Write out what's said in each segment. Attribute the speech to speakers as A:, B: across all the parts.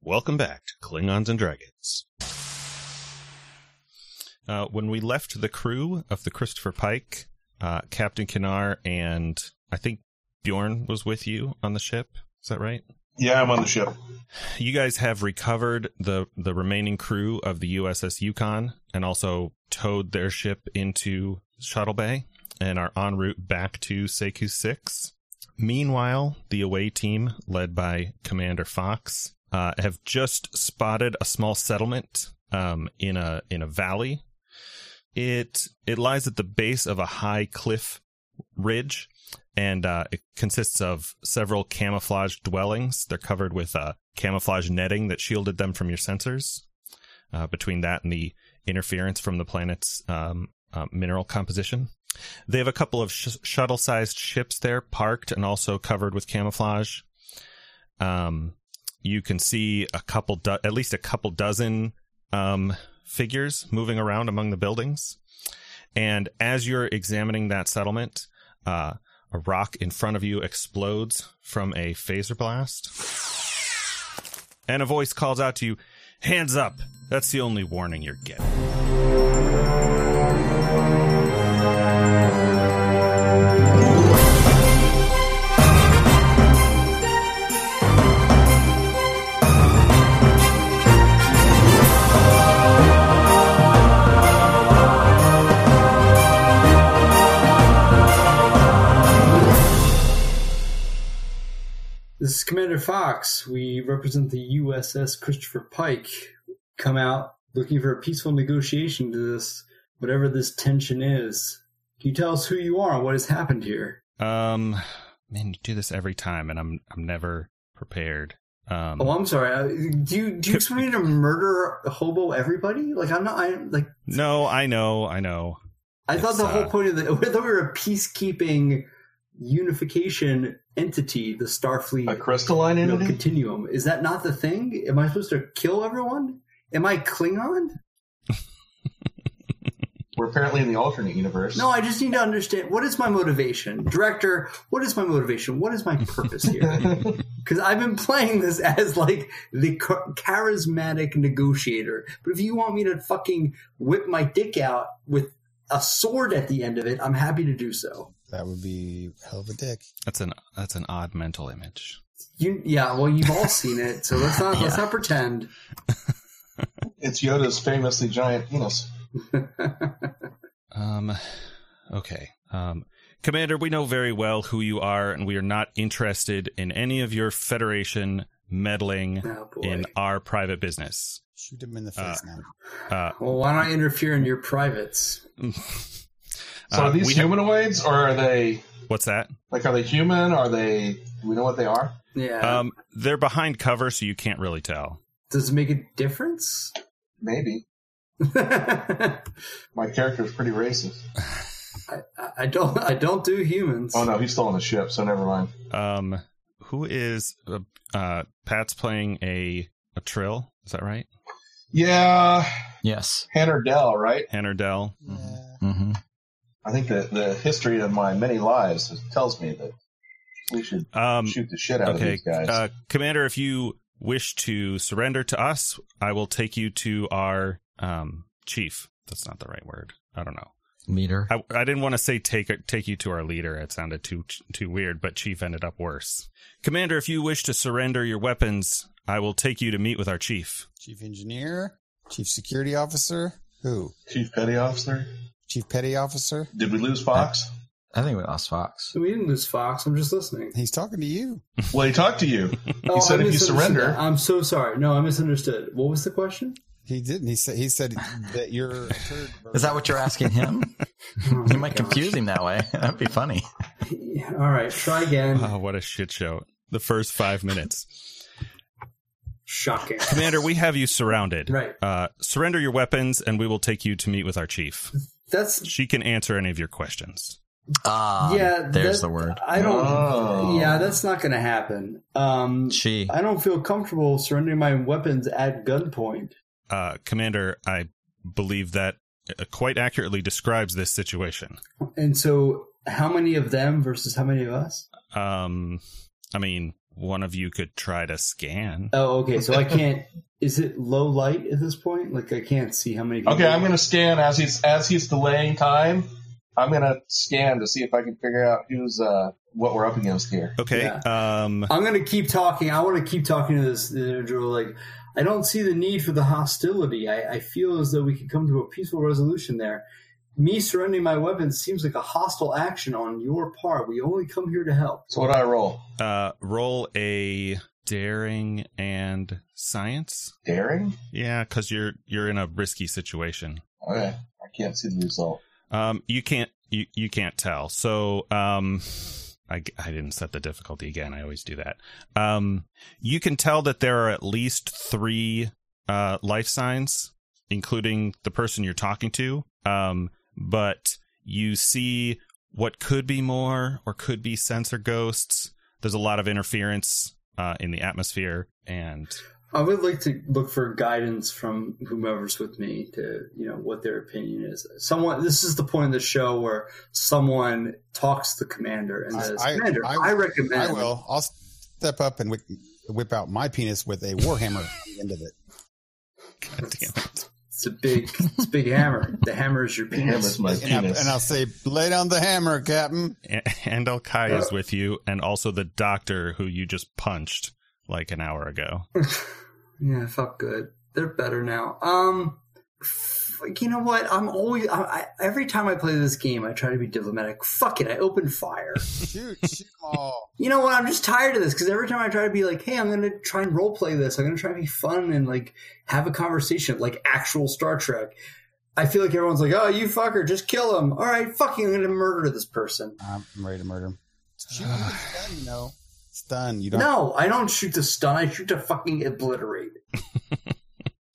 A: Welcome back to Klingons and Dragons. Uh, when we left the crew of the Christopher Pike, uh, Captain Kinnar and I think Bjorn was with you on the ship. Is that right?
B: Yeah, I'm on the ship.
A: You guys have recovered the the remaining crew of the USS Yukon and also towed their ship into Shuttle Bay and are en route back to Seku 6. Meanwhile, the away team, led by Commander Fox, uh, have just spotted a small settlement um, in a in a valley. It it lies at the base of a high cliff ridge, and uh, it consists of several camouflaged dwellings. They're covered with uh, camouflage netting that shielded them from your sensors. Uh, between that and the interference from the planet's um, uh, mineral composition, they have a couple of sh- shuttle-sized ships there parked and also covered with camouflage. Um, you can see a couple, do- at least a couple dozen um, figures moving around among the buildings. And as you're examining that settlement, uh, a rock in front of you explodes from a phaser blast. And a voice calls out to you, Hands up! That's the only warning you're getting.
C: This is Commander Fox. We represent the USS Christopher Pike. Come out looking for a peaceful negotiation to this, whatever this tension is. Can you tell us who you are and what has happened here?
A: Um, man, you do this every time, and I'm I'm never prepared. Um,
C: Oh, I'm sorry. Uh, Do you do you expect me to murder hobo everybody? Like I'm not. I like
A: no, I know, I know.
C: I thought
A: It's,
C: the whole
A: uh,
C: point of the I thought we were a peacekeeping unification entity, the Starfleet.
B: A crystalline
C: No
B: entity?
C: continuum. Is that not the thing? Am I supposed to kill everyone? Am I Klingon?
B: We're apparently in the alternate universe.
C: No, I just need to understand what is my motivation, director. What is my motivation? What is my purpose here? Because I've been playing this as like the char- charismatic negotiator, but if you want me to fucking whip my dick out with a sword at the end of it, I'm happy to do so.
D: That would be a hell of a dick.
A: That's an that's an odd mental image.
C: You, yeah, well, you've all seen it, so let's not let's not pretend.
B: It's Yoda's famously giant penis.
A: Um, okay. Um, Commander, we know very well who you are, and we are not interested in any of your Federation meddling
C: Oh boy.
A: in our private business.
D: Shoot him in the face now.
A: Uh,
C: well, why don't I interfere in your privates?
B: So
A: Uh,
B: are these
A: we have-
B: humanoids, or are they
A: what's that?
B: like are they human? Are they? Do we know what they are?
C: Yeah.
A: Um, they're behind cover, so you can't really tell.
C: Does it make a difference?
B: Maybe
C: I,
B: my character is pretty racist.
C: I don't. I don't do humans.
B: Oh no, he's still on the ship, so never mind.
A: Um, who is uh, uh, Pat's playing a a trill? Is that right?
B: Yeah,
E: Yes.
B: Hanner Dell, right?
A: Hanner Dell.
D: Yeah.
E: Mm-hmm.
B: I think that the history of my many lives tells me that we should
A: Um,
B: shoot the shit out of
A: okay,
B: these guys.
A: uh, Commander, if you wish to surrender to us, I will take you to our um, chief. That's not the right word. I don't know.
E: Leader.
A: I, I didn't want to say take take you to our leader. It sounded too too weird, but chief ended up worse. Commander, if you wish to surrender your weapons, I will take you to meet with our chief.
D: Chief engineer, chief security officer, who?
B: Chief Petty Officer,
D: Chief petty officer.
B: did we lose Fox?
E: I think we lost Fox.
C: So we didn't lose Fox. I'm just listening.
D: He's talking to you.
B: well, he talked to you.
C: Oh,
B: said
C: I
B: if you
C: misunderstood
B: surrender-
C: that. I'm so sorry. No, I misunderstood. What was the question?
D: He didn't. He said. He said that you're. A turd
E: Is that what you're asking him?
C: Oh,
E: you
C: my
E: might confuse him that way. That'd be funny.
C: gosh. All right, try again.
E: Mm-hmm.
A: Oh, what a shit show! The first five minutes,
C: Shocking.
A: Commander, we have you surrounded.
C: Right.
A: Uh, surrender your weapons, and we will take you to meet with our chief.
C: That's
A: She can answer any of your questions. Um,
E: Ah,
C: yeah.
E: There's
C: that-
E: the word.
C: I don't.
B: Oh.
C: Yeah, that's not going to happen. Um,
E: She.
C: I don't feel comfortable surrendering my weapons at gunpoint.
A: Uh, Commander, I believe that uh, quite accurately describes this situation.
C: And so, how many of them versus how many of us?
A: Um, I mean, one of you could try to scan.
C: Oh, okay. So I can't. Is it low light at this point? Like I can't see how many. people-
B: Okay, I'm gonna scan as he's as he's delaying time. I'm gonna scan to see if I can figure out who's uh what we're up against here.
A: Okay. Um,
C: I'm gonna keep talking. I want to keep talking to this individual. Like, I don't see the need for the hostility. I, I feel as though we could come to a peaceful resolution there. Me surrendering my weapons seems like a hostile action on your part. We only come here to help.
B: So what do I roll?
A: uh, roll a daring and science.
B: Daring?
A: Yeah, because you're you're in a risky situation.
B: Okay. I can't see the result.
A: Um, you can't you you can't tell. So um, I I didn't set the difficulty again. I always do that. Um, you can tell that there are at least three uh life signs, including the person you're talking to. Um, but you see what could be more or could be sensor ghosts. There's a lot of interference uh, in the atmosphere, and
C: I would like to look for guidance from whomever's with me to, you know, what their opinion is. Someone, this is the point of the show where someone talks to the commander and says,
D: I- I-
C: "Commander, I,
D: I-
C: recommend."
D: I will. I'll step up and whip, whip out my penis with a warhammer at the end of it.
A: God damn it.
C: It's a big, it's a big hammer. The hammer is your
B: The hammer's
C: penis.
B: my
D: And, I,
B: penis.
D: and I'll say, "Lay down the hammer, Captain."
A: A- and Al Kai is with you, and also the doctor who you just punched like an hour ago.
C: yeah, fuck good. They're better now. Um, f- you know what? I'm always I, I, every time I play this game, I try to be diplomatic. Fuck it, I open fire.
D: Shoot, shoot 'em all.
C: you know what? I'm just tired of this because every time I try to be like, hey, I'm going to try and role play this. I'm going to try to be fun and like have a conversation like actual Star Trek. I feel like everyone's like, oh, you fucker, just kill him. All right, fucking, I'm going to murder this person.
D: I'm ready to murder him. Shoot, you can stun, you know, stun. You don't.
C: No, I don't shoot to stun. I shoot to fucking obliterate.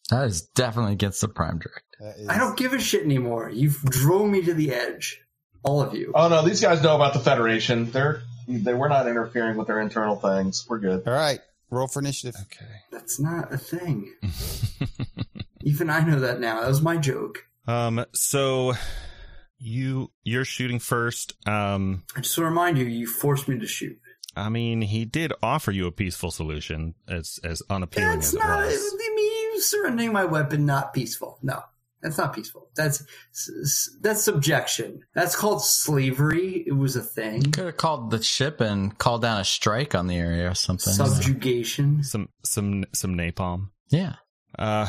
E: That is definitely against the prime direct.
D: That is-
C: I don't give a shit anymore. You've drove me to the edge. All of you.
B: oh no, these guys know about the Federation. They're they we're not interfering with their internal things. We're good.
D: All right, roll for initiative.
A: Okay.
C: That's not a thing. Even I know that now. That was my joke.
A: um. So you you're shooting first. Um.
C: I just want to remind you, you forced me to shoot.
A: I mean, he did offer you a peaceful solution, as as unappealing
C: That's
A: as it
C: not
A: was.
C: I mean, you surrendering my weapon. Not peaceful. No, that's not peaceful. That's that's subjection. That's called slavery. It was a thing.
E: Could have called the ship and called down a strike on the area or something.
C: Subjugation.
A: Some some some napalm.
E: yeah.
A: Uh.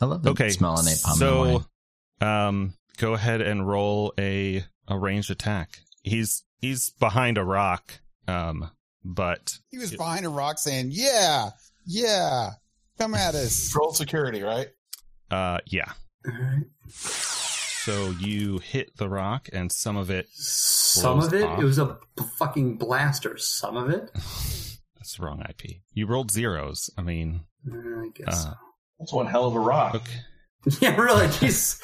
E: I love the
A: Okay.
E: smell of napalm. in
A: So,
E: wine.
A: um, go ahead and roll a a ranged attack. He's he's behind a rock. Um. But
D: He was behind a rock saying, "Yeah, yeah, come at us."
B: Troll security, right?
A: uh. Yeah.
C: All right.
A: So you hit the rock, and some of it
C: Some
A: Blows
C: of it,
A: off.
C: it was a b- fucking blaster. Some of it,
A: That's the wrong IP. You rolled zeros. I mean,
C: Uh, I guess.
A: uh,
B: That's one hell of a rock.
A: okay.
C: Yeah, really. He's,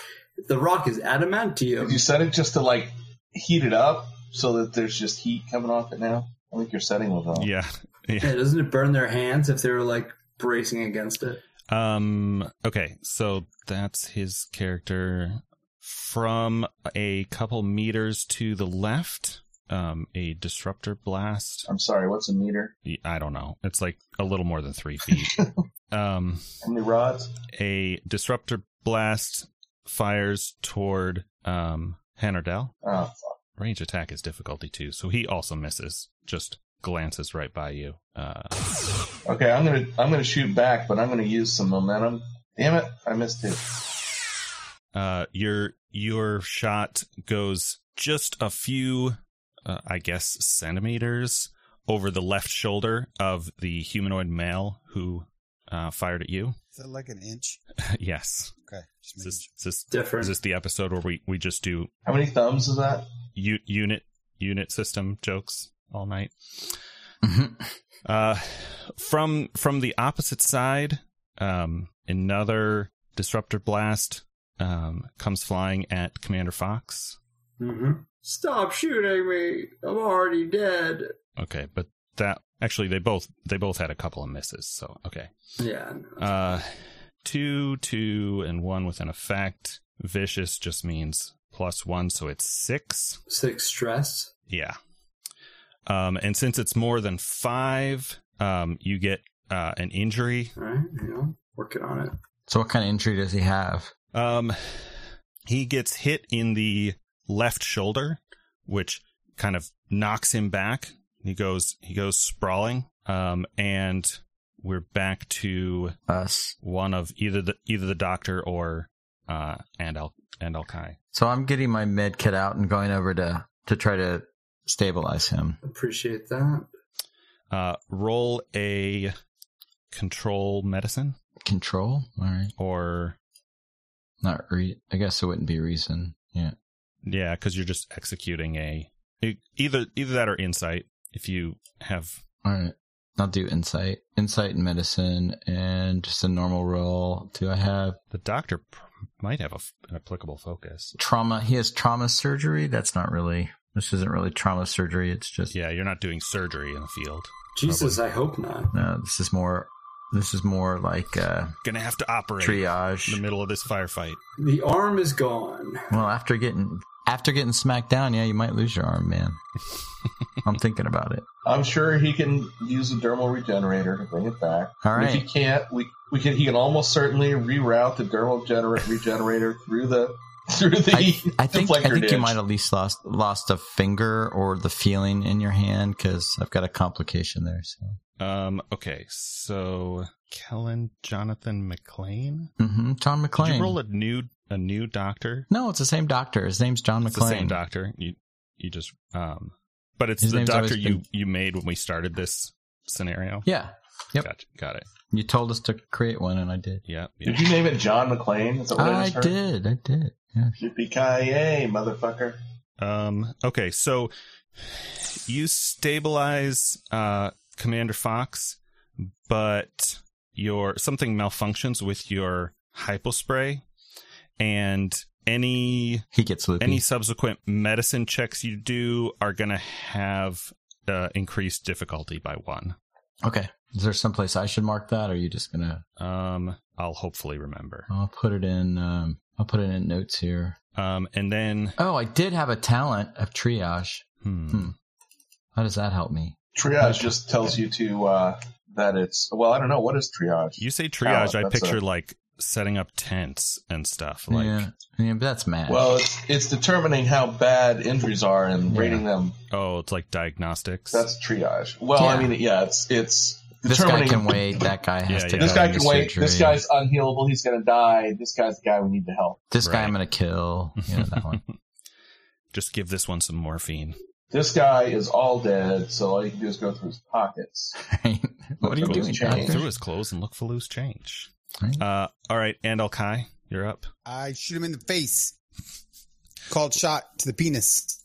C: the Rock is
B: Did you
C: adamantium.
B: set it just to like heat it up so that there's just heat coming off it now? I think your setting was wrong.
A: Yeah.
C: Yeah, doesn't it burn their hands if they're like bracing against it?
A: Um. Okay. So that's his character. From a couple meters to the left, um, a disruptor blast.
B: I'm sorry, what's a meter?
A: I don't know. It's like a little more than three feet. um,
B: How many rods?
A: a disruptor blast fires toward um Hannerdell.
B: Oh,
A: range attack is difficulty two, so he also misses. Just glances right by you. Uh,
B: Okay, I'm gonna I'm gonna shoot back, but I'm gonna use some momentum. Damn it, I missed it.
A: uh, your your shot goes just a few, uh, I guess, centimeters over the left shoulder of the humanoid male who uh, fired at you.
D: Is that like an inch?
A: yes,
D: Okay. just
A: is
D: making
A: this, is this
C: Different.
A: is this the episode where we we just do
B: How many thumbs is that?
A: u- unit unit system jokes all night? Uh, from from the opposite side, um, another disruptor blast um, comes flying at Commander Fox.
C: Mm-hmm. Stop shooting me! I'm already dead.
A: Okay, but that actually they both they both had a couple of misses. So okay,
C: Yeah.
A: uh, two two and one with an effect. Vicious just means plus one, so it's six.
C: Six stress.
A: Yeah. Um, and since it's more than five, Um, you get uh, an injury.
C: All right, you know, working on it.
E: So what kind of injury does he have?
A: Um, he gets hit in the left shoulder, which kind of knocks him back. He goes he goes sprawling. Um, and we're back to
E: Us.
A: one of either the either the doctor or uh and Al and Al Kai.
E: So I'm getting my med kit out and going over to to try to stabilize him.
C: Appreciate that.
A: Uh, roll a control medicine
E: Control. All right.
A: or
E: Not re. I guess it wouldn't be reason. Yeah.
A: yeah, because you're just executing a e- either either that or insight if you have
E: All right. I'll do insight, insight and medicine, and just a normal roll. Do I have
A: the doctor pr- might have a f an applicable focus.
E: trauma? He has trauma surgery. That's not really. This isn't really trauma surgery. It's just
A: Yeah, you're not doing surgery in the field.
C: Jesus, I hope not.
E: no. This is more. This is more like uh,
A: Gonna have to operate in the
E: triage.
A: middle of this firefight.
C: The arm is gone.
E: Well, after getting after getting smacked down, yeah, you might lose your arm, man. I'm thinking about it.
B: I'm sure he can use a dermal regenerator to bring it back.
E: All
B: And If he
E: right.
B: can't, we we can. He can almost certainly reroute the dermal gener- regenerator through the through the
E: I, I think I
B: deflector
E: think you
B: ditch.
E: might at least lost lost a finger or the feeling in your hand because I've got a complication there. So
A: Um, okay, so Kellen Jonathan McLean.
E: hmm John McClane.
A: Did you roll a new a new doctor?
E: No, it's the same doctor. His name's John
A: It's
E: McClane.
A: the same doctor. You you just um, but it's
E: His
A: the
E: name's
A: doctor
E: always
A: you
E: been-
A: you made when we started this scenario.
E: Yeah, Yep.
A: Gotcha. Got it.
E: you told us to create one, and I did.
A: Yeah.
B: Did you name it John McClane? Is that what I,
E: I
B: just heard?
E: did. I did. Yeah.
B: Yippee-ki-yay, motherfucker.
A: Um. Okay. So you stabilize uh, Commander Fox, but your something malfunctions with your hypospray, and any
E: He gets loopy.
A: any subsequent medicine checks you do are gonna have uh, increased difficulty by one.
E: okay. Is there someplace I should mark that, or are you just gonna?
A: Um, I'll hopefully remember.
E: I'll put it in. Um, I'll put it in notes here.
A: Um, and then
E: Oh, I did have a talent of triage.
A: hmm,
E: Hmm. How does that help me?
B: Triage just tells you to uh, that it's well. I don't know what is triage.
A: you say triage,
B: Oh,
A: I
B: that's
A: picture
B: a-
A: like setting up tents and stuff. Like,
E: yeah, yeah, but that's mad.
B: Well, it's it's determining how bad injuries are and
E: Yeah.
B: rating them.
A: oh, it's like diagnostics.
B: That's triage. Well, I
E: Yeah.
B: mean, yeah, it's it's
E: this guy
B: determining.
E: can wait. That guy has
A: Yeah,
E: to.
A: yeah.
B: This
E: go
B: guy
E: into
B: can wait. This
E: surgery.
B: guy's unhealable. He's gonna die. This guy's the guy we need to help.
E: This guy,
A: Right.
E: I'm gonna kill. Yeah, that one.
A: Just give this one some morphine.
B: This guy is all dead. So all you can do is go through his pockets.
E: what are you
B: Look for
E: doing?
B: those chains.
A: Look
E: doctor?
A: through his clothes and look for loose change.
E: Right.
A: Uh, all right, and Kai, you're up.
D: I shoot him in the face. Called shot to the penis.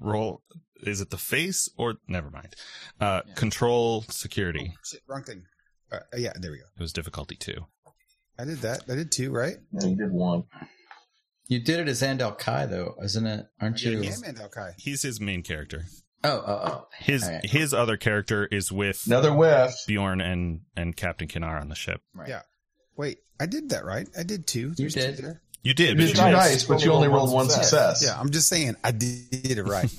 A: Roll. Is it the face or never mind? Uh, Control security.
D: Oh, Shit, wrong thing. Uh, yeah, there we go.
A: It was difficulty two.
D: I did that. I did two, right?
B: Yeah, you did one.
E: You did it as Andel Kai, though, isn't it? Aren't you?
D: Yeah, man, okay.
A: He's his main character.
E: Oh, oh, oh.
A: His
E: All right.
A: his other character is with
B: Another whiff.
A: Bjorn and and Captain Kinar on the ship.
E: Right.
D: Yeah. Wait, I did that, right? I did two. There's two
E: did.
D: there.
A: You did.
B: You
A: but
B: did
A: you
B: two
A: missed.
B: dice, but you only rolled one success.
D: Yeah, I'm just saying, I did it right.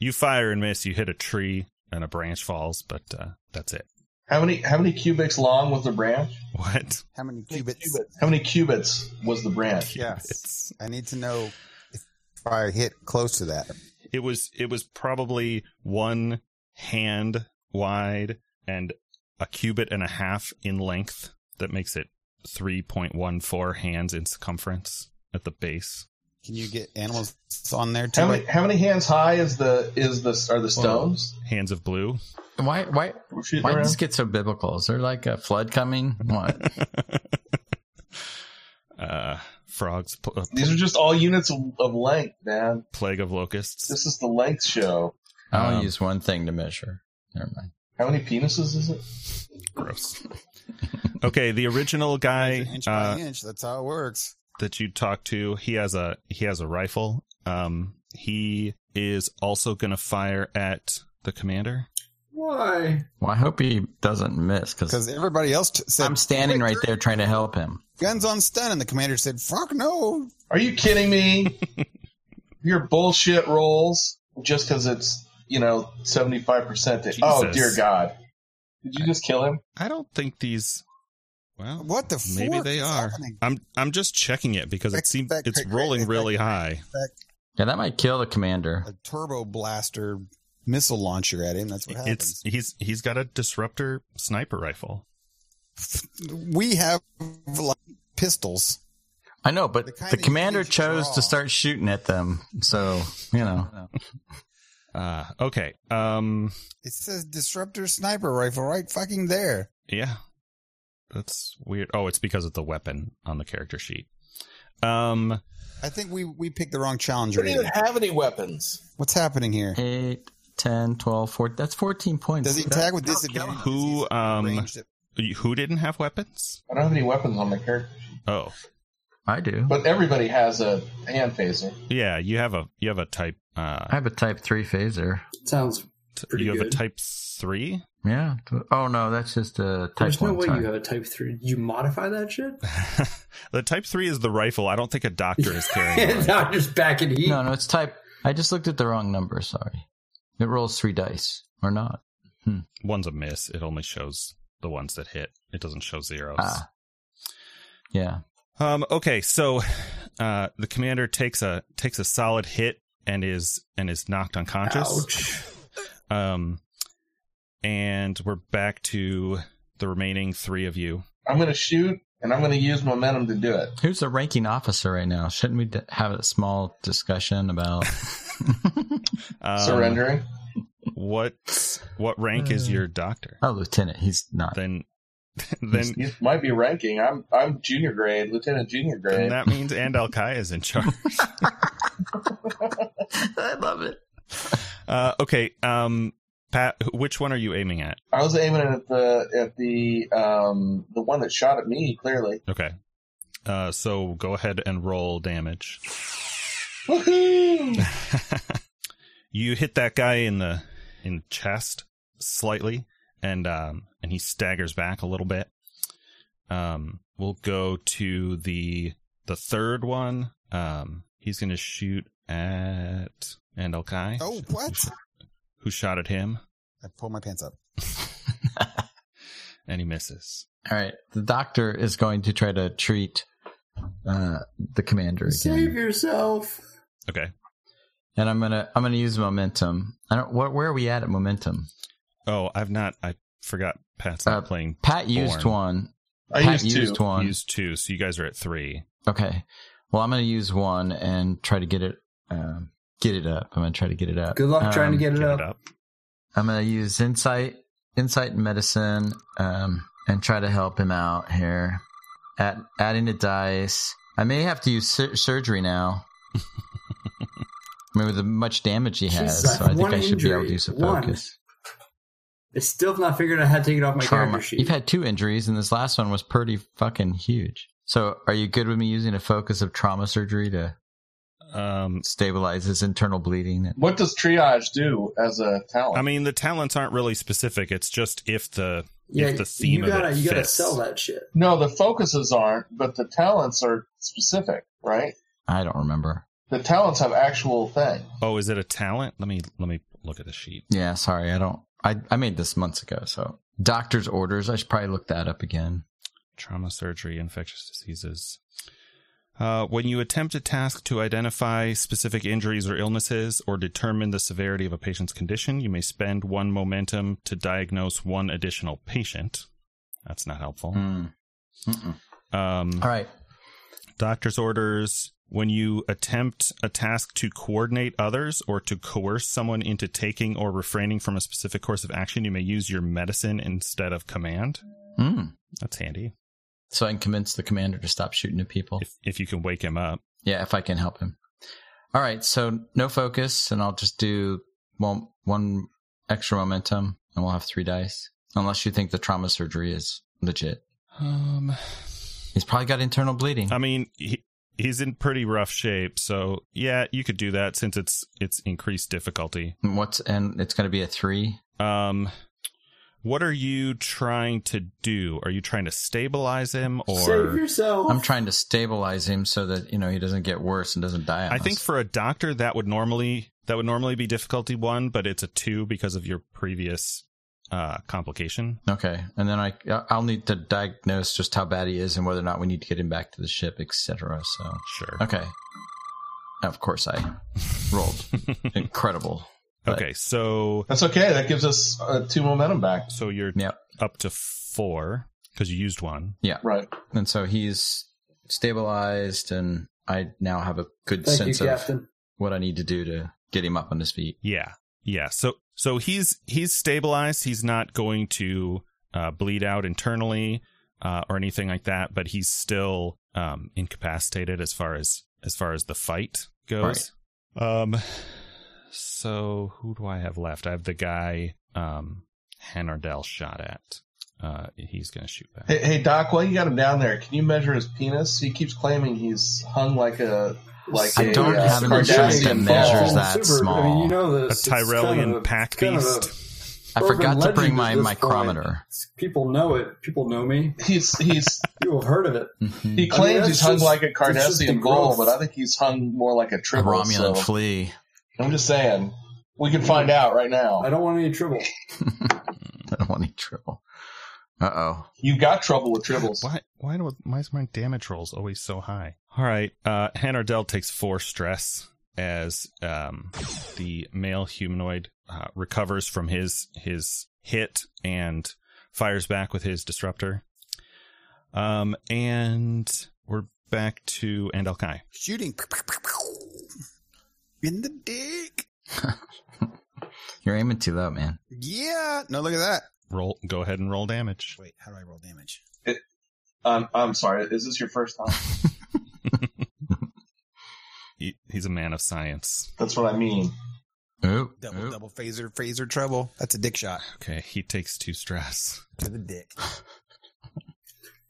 A: You fire and miss. You hit a tree and a branch falls, but uh, that's it.
B: How many how many cubics long was the branch?
A: What?
D: How many cubits?
B: How many cubits was the branch?
D: Yeah.
A: It's-
D: I need to know if I hit close to that.
A: it was it was probably one hand wide and a cubit and a half in length that makes it 3.14 hands in circumference at the base
D: Can you get animals on there too?
B: How many
D: Like,
B: how many hands high is the is the are the stones?
A: hands of blue
E: Why? Why?
B: We're shooting
E: Why did
B: around?
E: this get so biblical? Is there like a flood coming? What?
A: uh frogs pl- uh,
B: These are just all units of, of length, man.
A: plague of locusts
B: This is the length show.
E: I only
A: Um,
E: use one thing to measure. Never mind.
B: How many penises is it?
A: gross okay the original guy
D: inch
A: uh,
D: by inch. That's how it works.
A: that you talk to he has a he has a rifle um he is also gonna fire at the commander
C: Why?
E: Well, I hope he doesn't miss because
D: Because everybody else t- said
E: I'm standing right there trying to help him.
D: guns on stun, and the commander said, "Fuck no."
B: Are you kidding me? Your bullshit rolls just because it's you know, 75%. To, oh,
A: Jesus.
B: dear God. Did you just kill him?
A: I don't think these. Well,
D: What the
A: maybe
D: fork
A: they
D: is
A: are.
D: happening?
A: I'm I'm just checking it because it
D: Back,
A: seems
D: back,
A: it's
D: back,
A: rolling
D: back,
A: really
D: back,
A: high.
E: Yeah, that might kill the commander.
D: A turbo blaster missile launcher at him. That's what
A: It's
D: happens.
A: he's he's got a disruptor sniper rifle.
D: we have like, pistols.
E: I know, but
D: The
E: the,
D: kind that you
E: commander
D: use to
E: chose to
D: draw.
E: start shooting at them. So, you know.
A: Uh, okay. Um.
D: It says disruptor sniper rifle right fucking there.
A: Yeah. That's weird. Oh, it's because of the weapon on the character sheet. Um.
D: I think we we picked the wrong challenger.
F: They don't even
D: here.
F: have any weapons.
D: What's happening here?
E: 8, 10, 12, 14. That's 14 points.
D: Does he tag with disadvantage?
A: Who um
D: Ranged it.
A: who didn't have weapons?
B: I don't have any weapons on my character.
A: Oh.
E: I do.
B: But everybody has a hand phaser.
A: Yeah, you have a you have a type
E: I
A: uh
E: have a type 3 phaser.
C: Sounds. pretty
A: you have a
C: good.
A: type 3?
E: Yeah. Oh, no, that's just a type
C: there's no
E: 1.
C: way
E: sorry.
C: you have a type three. You modify that shit?
A: the type 3 is the rifle. I don't think a doctor is carrying. one.
C: now I'm just back in heat.
E: No, no, it's type. I just looked at the wrong number. Sorry. It rolls three dice or not.
A: One's a miss. It only shows the ones that hit. It doesn't show zeros.
E: Ah. Yeah.
A: Um, okay, so uh, the commander takes a takes a solid hit and is and is knocked unconscious.
C: Ouch.
A: Um, and we're back to the remaining three of you.
B: I'm going to shoot, and I'm going to use momentum to do it.
E: Who's the ranking officer right now? Shouldn't we d- have a small discussion about.
A: Um,
B: Surrendering.
A: What what rank is your doctor?
E: oh, Lieutenant. He's not.
A: Then then,
B: You might be ranking. I'm I'm junior grade, lieutenant junior
A: then
B: grade.
A: that means and Al Kai is in charge.
E: I love it.
A: Uh, okay, um, Pat, wh- which one are you aiming at?
B: I was aiming at the at the um the one that shot at me clearly.
A: Okay, uh, so go ahead and roll damage.
B: Woohoo!
A: you hit that guy in the in the chest slightly and um and he staggers back a little bit um we'll go to the the third one um he's gonna shoot at Andel Kai
D: Oh, what?
A: who shot at him
D: I pulled my pants up.
A: and he misses
E: All right. The doctor is going to try to treat uh, the commander again.
C: Save yourself.
A: okay
E: And I'm gonna I'm gonna use momentum. I don't what where are we at at momentum?
A: oh I've not I forgot Pat's not
E: Uh,
A: playing
E: Pat used
A: Born.
E: one.
B: I
E: Pat
B: used two.
E: one.
A: use two so you guys are at three
E: Okay. Well, I'm going to use one and try to get it um, get it up. I'm going to try to get it up.
C: Good luck trying to get
E: Um,
C: it
A: get
C: up.
A: it up
E: I'm going to use insight, insight and medicine, um, and try to help him out here. At adding the dice, I may have to use sur- surgery now. I mean, with the much damage he has,
C: Jesus,
E: so I think
C: one
E: I should be able to
C: injury.
E: use some
C: One.
E: focus.
C: I still have not figured out how to take it off my
E: Trauma.
C: character sheet.
E: You've had two injuries, and this last one was pretty fucking huge. So, are you good with me using a focus of trauma surgery to
A: um
E: stabilize his internal bleeding?
B: What does triage do as a talent?
A: I mean, the talents aren't really specific. It's just if the
C: yeah,
A: if the theme
C: you
A: of it
C: gotta you gotta
A: fits.
C: sell that shit.
B: no, the focuses aren't, but the talents are specific, right?
E: I don't remember.
B: The talents have actual thing.
A: Oh, is it a talent? Let me let me look at the sheet.
E: Yeah, sorry, I don't. I I made this months ago, so doctor's orders. I should probably look that up again.
A: Trauma surgery, infectious diseases. Uh, when you attempt a task to identify specific injuries or illnesses or determine the severity of a patient's condition, you may spend one momentum to diagnose one additional patient. That's not helpful.
E: Mm. Mm-mm.
A: Um,
E: All right.
A: doctor's orders when you attempt a task to coordinate others or to coerce someone into taking or refraining from a specific course of action you may use your medicine instead of command
E: Mm.
A: that's handy
E: So I can convince the commander to stop shooting at people.
A: if, if you can wake him up
E: yeah, if I can help him. All right, so no focus, and I'll just do one one extra momentum, and we'll have three dice. Unless you think the trauma surgery is legit,
A: um
E: he's probably got internal bleeding.
A: i mean he, he's in pretty rough shape so yeah you could do that since it's it's increased difficulty
E: And What's and it's going to be a three.
A: um what are you trying to do are you trying to stabilize him or
C: Save yourself.
E: I'm trying to stabilize him so that you know he doesn't get worse and doesn't die. On
A: I think
E: us.
A: for a doctor, that would normally That would normally be difficulty one, but it's a two because of your previous uh, complication.
E: Okay, and then I I'll need to diagnose just how bad he is and whether or not we need to get him back to the ship, etc. So
A: Sure.
E: okay, of course I rolled incredible. but-
A: okay, so
B: That's okay. That gives us uh, two momentum back.
A: so you're
E: Yep.
A: up to four because you used one.
B: Right.
E: And so he's stabilized, and I now have a good
C: Thank
E: sense
C: you,
E: of
C: Captain.
E: what I need to do to get him up on his feet.
A: Yeah. Yeah. So so he's he's stabilized. He's not going to uh, bleed out internally uh, or anything like that, but he's still um, incapacitated as far as as far as the fight goes. Um so who do I have left? I have the guy um Hanardel shot at. Uh he's going to shoot back.
B: Hey, hey, Doc, while you got him down there, can you measure his penis? He keeps claiming he's hung like a like
E: I
B: a,
E: don't
B: uh,
E: have an instrument that
B: Kardashian
E: measures
B: doll.
E: that
C: I mean,
E: small.
C: you know
A: a
C: this. it's kind
A: Tyrellian
C: of a-
A: pack
C: kind of a-
A: beast.
E: I
C: urban
E: forgot to bring
C: legend at
E: my
C: this
E: micrometer.
C: point. People know it. People know me.
B: He's he's
C: You have heard of it.
E: Mhm.
B: he claims
C: that's
B: he's hung
C: just-
B: like a
C: that's just the
B: Cardassian bull,
C: growth.
B: but I think he's hung more like a
E: A
B: triple.
E: Romulan
B: so
E: flea.
B: I'm just saying, we can find out right
C: I
B: now.
C: don't want any trouble.
E: I don't want any trouble. Uh oh.
B: You got trouble with tribbles.
A: Why? Why do? Why is my damage rolls always so high? All right. Uh, Hanardel takes four stress as um, the male humanoid uh, recovers from his his hit and fires back with his disruptor. Um, and we're back to Andel Kai.
D: Shooting. In the dick.
E: You're aiming too low, man.
D: Yeah. No, look at that.
A: Roll. Go ahead and roll damage.
D: Wait, how do I roll damage?
B: Um, I'm sorry. Is this your first time?
A: He, he's a man of science.
B: That's what I mean.
E: Oop.
D: Double,
E: oop.
D: double phaser, phaser trouble. That's a dick shot.
A: Okay. He takes two stress.
D: To the dick.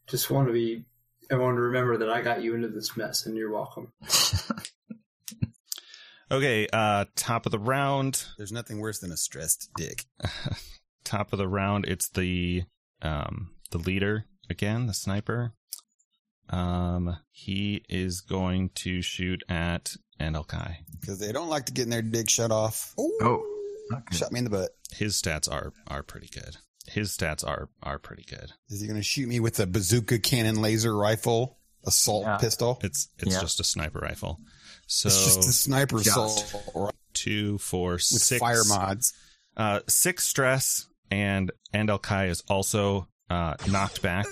C: Just want to be. I want to remember that I got you into this mess, and you're welcome.
A: Okay. Uh, top of the round.
D: There's nothing worse than a stressed dick.
A: top of the round it's the um the leader again the sniper um he is going to shoot at Anelkai.
D: Because they don't like to get their dick shut off. Ooh,
E: Oh. not good.
D: Shot me in the butt.
A: his stats are are pretty good his stats are are pretty good
D: Is he going to shoot me with a bazooka cannon laser rifle, assault
E: Yeah.
D: pistol?
A: it's it's
E: Yeah.
A: just a sniper rifle so
D: It's just a sniper
E: Shot.
D: assault rifle
A: two four
D: with
A: six
D: fire mods.
A: uh six stress and Anelkai is also uh knocked back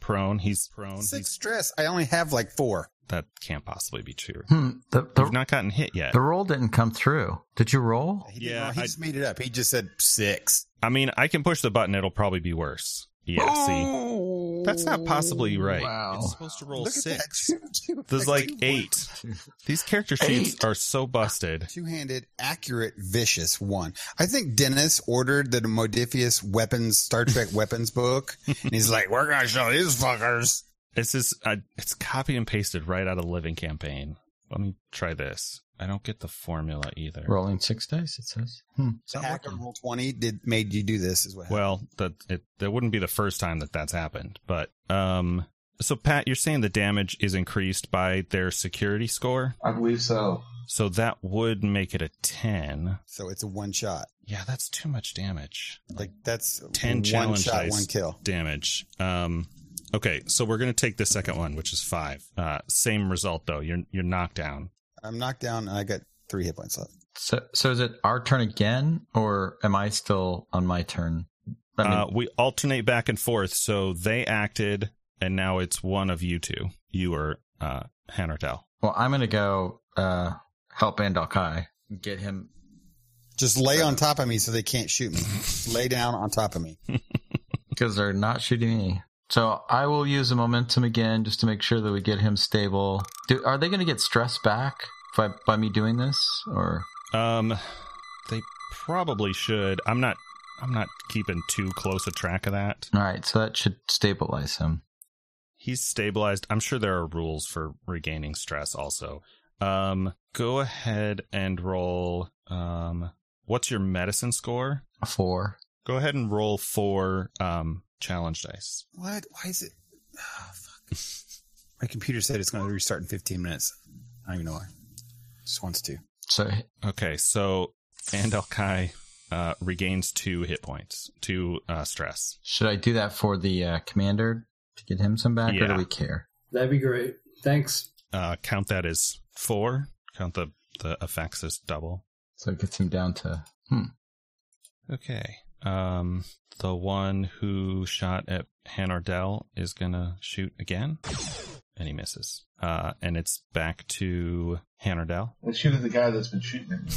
A: prone he's prone
D: Six
A: he's,
D: stress. I only have like four.
A: that can't possibly be true
E: Hmm, the,
A: you've
E: the,
A: not gotten hit yet
E: the roll didn't come through. Did you roll?
D: He didn't
A: Yeah,
D: know. he
A: I-
D: just made it up. He just said six.
A: I mean, I can push the button. It'll probably be worse. Yeah, see? That's not possibly right.
E: Wow.
A: It's supposed to roll
D: Look
A: six.
D: at that.
A: There's like eight. These character sheets
E: Eight.
A: are so busted.
D: Two handed, accurate, vicious one. I think Dennis ordered the Modifius weapons, Star Trek weapons book, and he's like, we're going to show these fuckers.
A: This is uh, it's copy and pasted right out of the living campaign. Let me try this. I don't get the formula either.
E: Rolling six dice, it says. Hmm, it's
D: The
E: not
D: hack on
E: working.
D: roll 20 did, made you do this, is what happened.
A: Well, that it that wouldn't be the first time that that's happened, but um. So Pat, you're saying the damage is increased by their security score,
B: I believe so.
A: so that would make it a ten.
D: So it's a one shot.
A: Yeah, that's too much damage.
D: Like, that's
A: 10
D: one
A: challenge
D: shot,
A: dice.
D: one kill.
A: damage. Um, okay, so we're gonna take the second one, which is five. Uh, same result though. You're you're knocked down.
D: I'm knocked down, and I got three hit points left.
E: So, so is it our turn again, or am I still on my turn? I mean,
A: uh, we alternate back and forth. So they acted, and now it's one of you two. You are uh, Hanertel.
E: well, I'm going to go uh, help Andal Kai get him.
D: Just lay on top of me so they can't shoot me. Just lay down on top of me.
E: because they're not shooting me. So I will use the momentum again just to make sure that we get him stable. Do, are they going to get stressed back by, by me doing this? Or
A: Um, they probably should. I'm not. I'm not keeping too close a track of that.
E: all right, so that should stabilize him.
A: He's stabilized. I'm sure there are rules for regaining stress. Also, um, go ahead and roll. Um, what's your medicine score?
E: A Four.
A: Go ahead and roll four um, challenge dice.
D: What? Why is it? Ah, fuck. My computer said it's going to restart in 15 minutes. I don't even know why. Just wants to.
E: So
A: Okay, so Andel Kai uh, regains two hit points, two uh, stress.
E: should I do that for the uh, commander to get him some back, or do
A: Yeah.
E: we care?
C: That'd be great. Thanks.
A: Uh, count that as four. Count the the effects as double.
E: So it gets him down to
A: Okay. Um, the one who shot at Hanardell is gonna shoot again, and he misses. Uh, and it's back to Hanardell.
B: I shoot at the guy that's been shooting at me.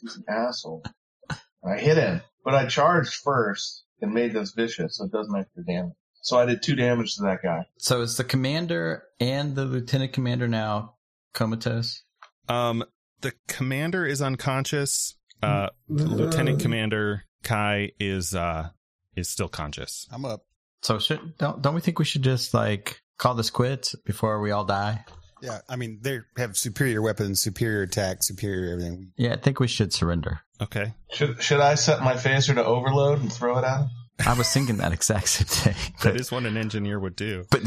B: He's an asshole. I hit him, but I charged first and made those vicious, so it doesn't extra damage. So I did two damage to that guy.
E: So is the commander and the lieutenant commander now comatose?
A: Um, the commander is unconscious. Uh, Lieutenant Commander Kai is uh is still conscious.
D: I'm up.
E: So should don't don't we think we should just like call this quits before we all die?
D: Yeah, I mean they have superior weapons, superior attack, superior everything.
E: Yeah, I think we should surrender.
A: Okay.
B: Should should I set my phaser to overload and throw it at him?
E: I was thinking that exact same thing,
A: That
E: but,
A: is what an engineer would do.
E: but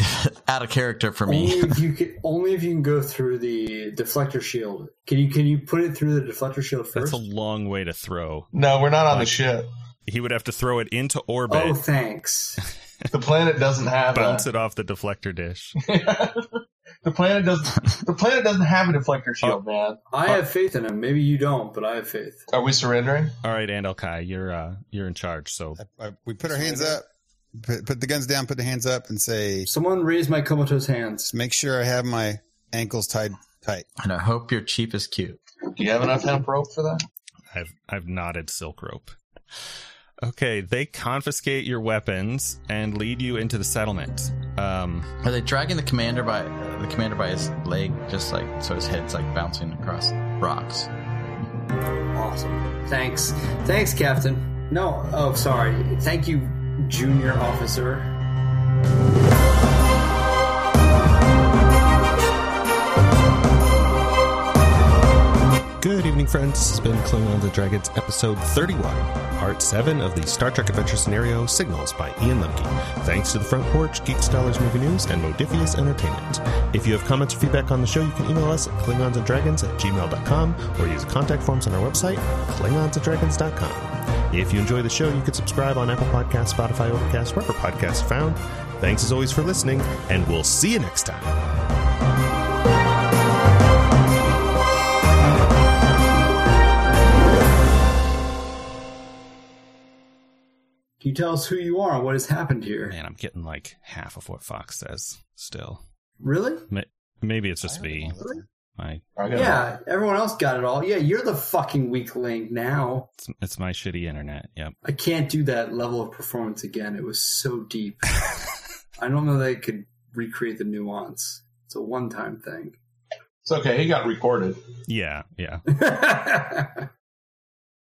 E: out of character for
C: Only
E: me.
C: if you can, only if you can go through the deflector shield. Can you can you put it through the deflector shield
A: That's
C: first?
A: a long way to throw.
B: No, we're not on the
A: Like-
B: ship.
A: He would have to throw it into orbit,
C: oh, thanks.
B: The planet doesn't have
A: bounce
B: a,
A: it off the deflector dish.
B: the planet doesn't the planet doesn't have a deflector shield, man.
C: I have faith in him. Maybe you don't, but I have faith.
B: Are we surrendering?
A: All right, Andel Kai, you're uh you're in charge. So
D: I, I, we put our hands up, put, put the guns down, put the hands up, and say,
C: Someone raise my comatose hands.
D: make sure I have my ankles tied tight.
E: And I hope your chief is cute.
B: Do you have enough hemp rope for that?
A: I've I've knotted silk rope. Okay, they confiscate your weapons and lead you into the settlement. Um,
E: Are they dragging the commander by the commander by his leg, just like so his head's like bouncing across rocks?
C: Awesome. Thanks. Thanks, Captain. No. Oh, sorry. Thank you, Junior Officer.
A: Good evening, friends. This has been Klingon of the Dragons, episode 31, part 7 of the Star Trek Adventure Scenario Signals by Ian Lemke. Thanks to the Front Porch, Geek Scholars Movie News, and Modifius Entertainment. If you have comments or feedback on the show, you can email us at klingonsanddragons at gmail.com or use contact forms on our website, klingonsanddragons.com. If you enjoy the show, you can subscribe on Apple Podcasts, Spotify, Overcast, wherever podcasts are found. Thanks as always for listening, and we'll see you next time.
C: Can you tell us who you are and what has happened here?
A: I'm getting like half of what Fox says still.
C: Really?
A: Maybe it's just
D: I
A: me.
D: don't know.
A: My
B: I
C: Yeah.
B: gotta-
C: everyone else got it all. Yeah, you're the fucking weak link now.
A: it's, it's my shitty internet. Yep.
C: I can't do that level of performance again. It was so deep. I don't know that I could recreate the nuance. It's a one time thing.
B: It's okay. He got recorded.
A: Yeah. Yeah.
C: All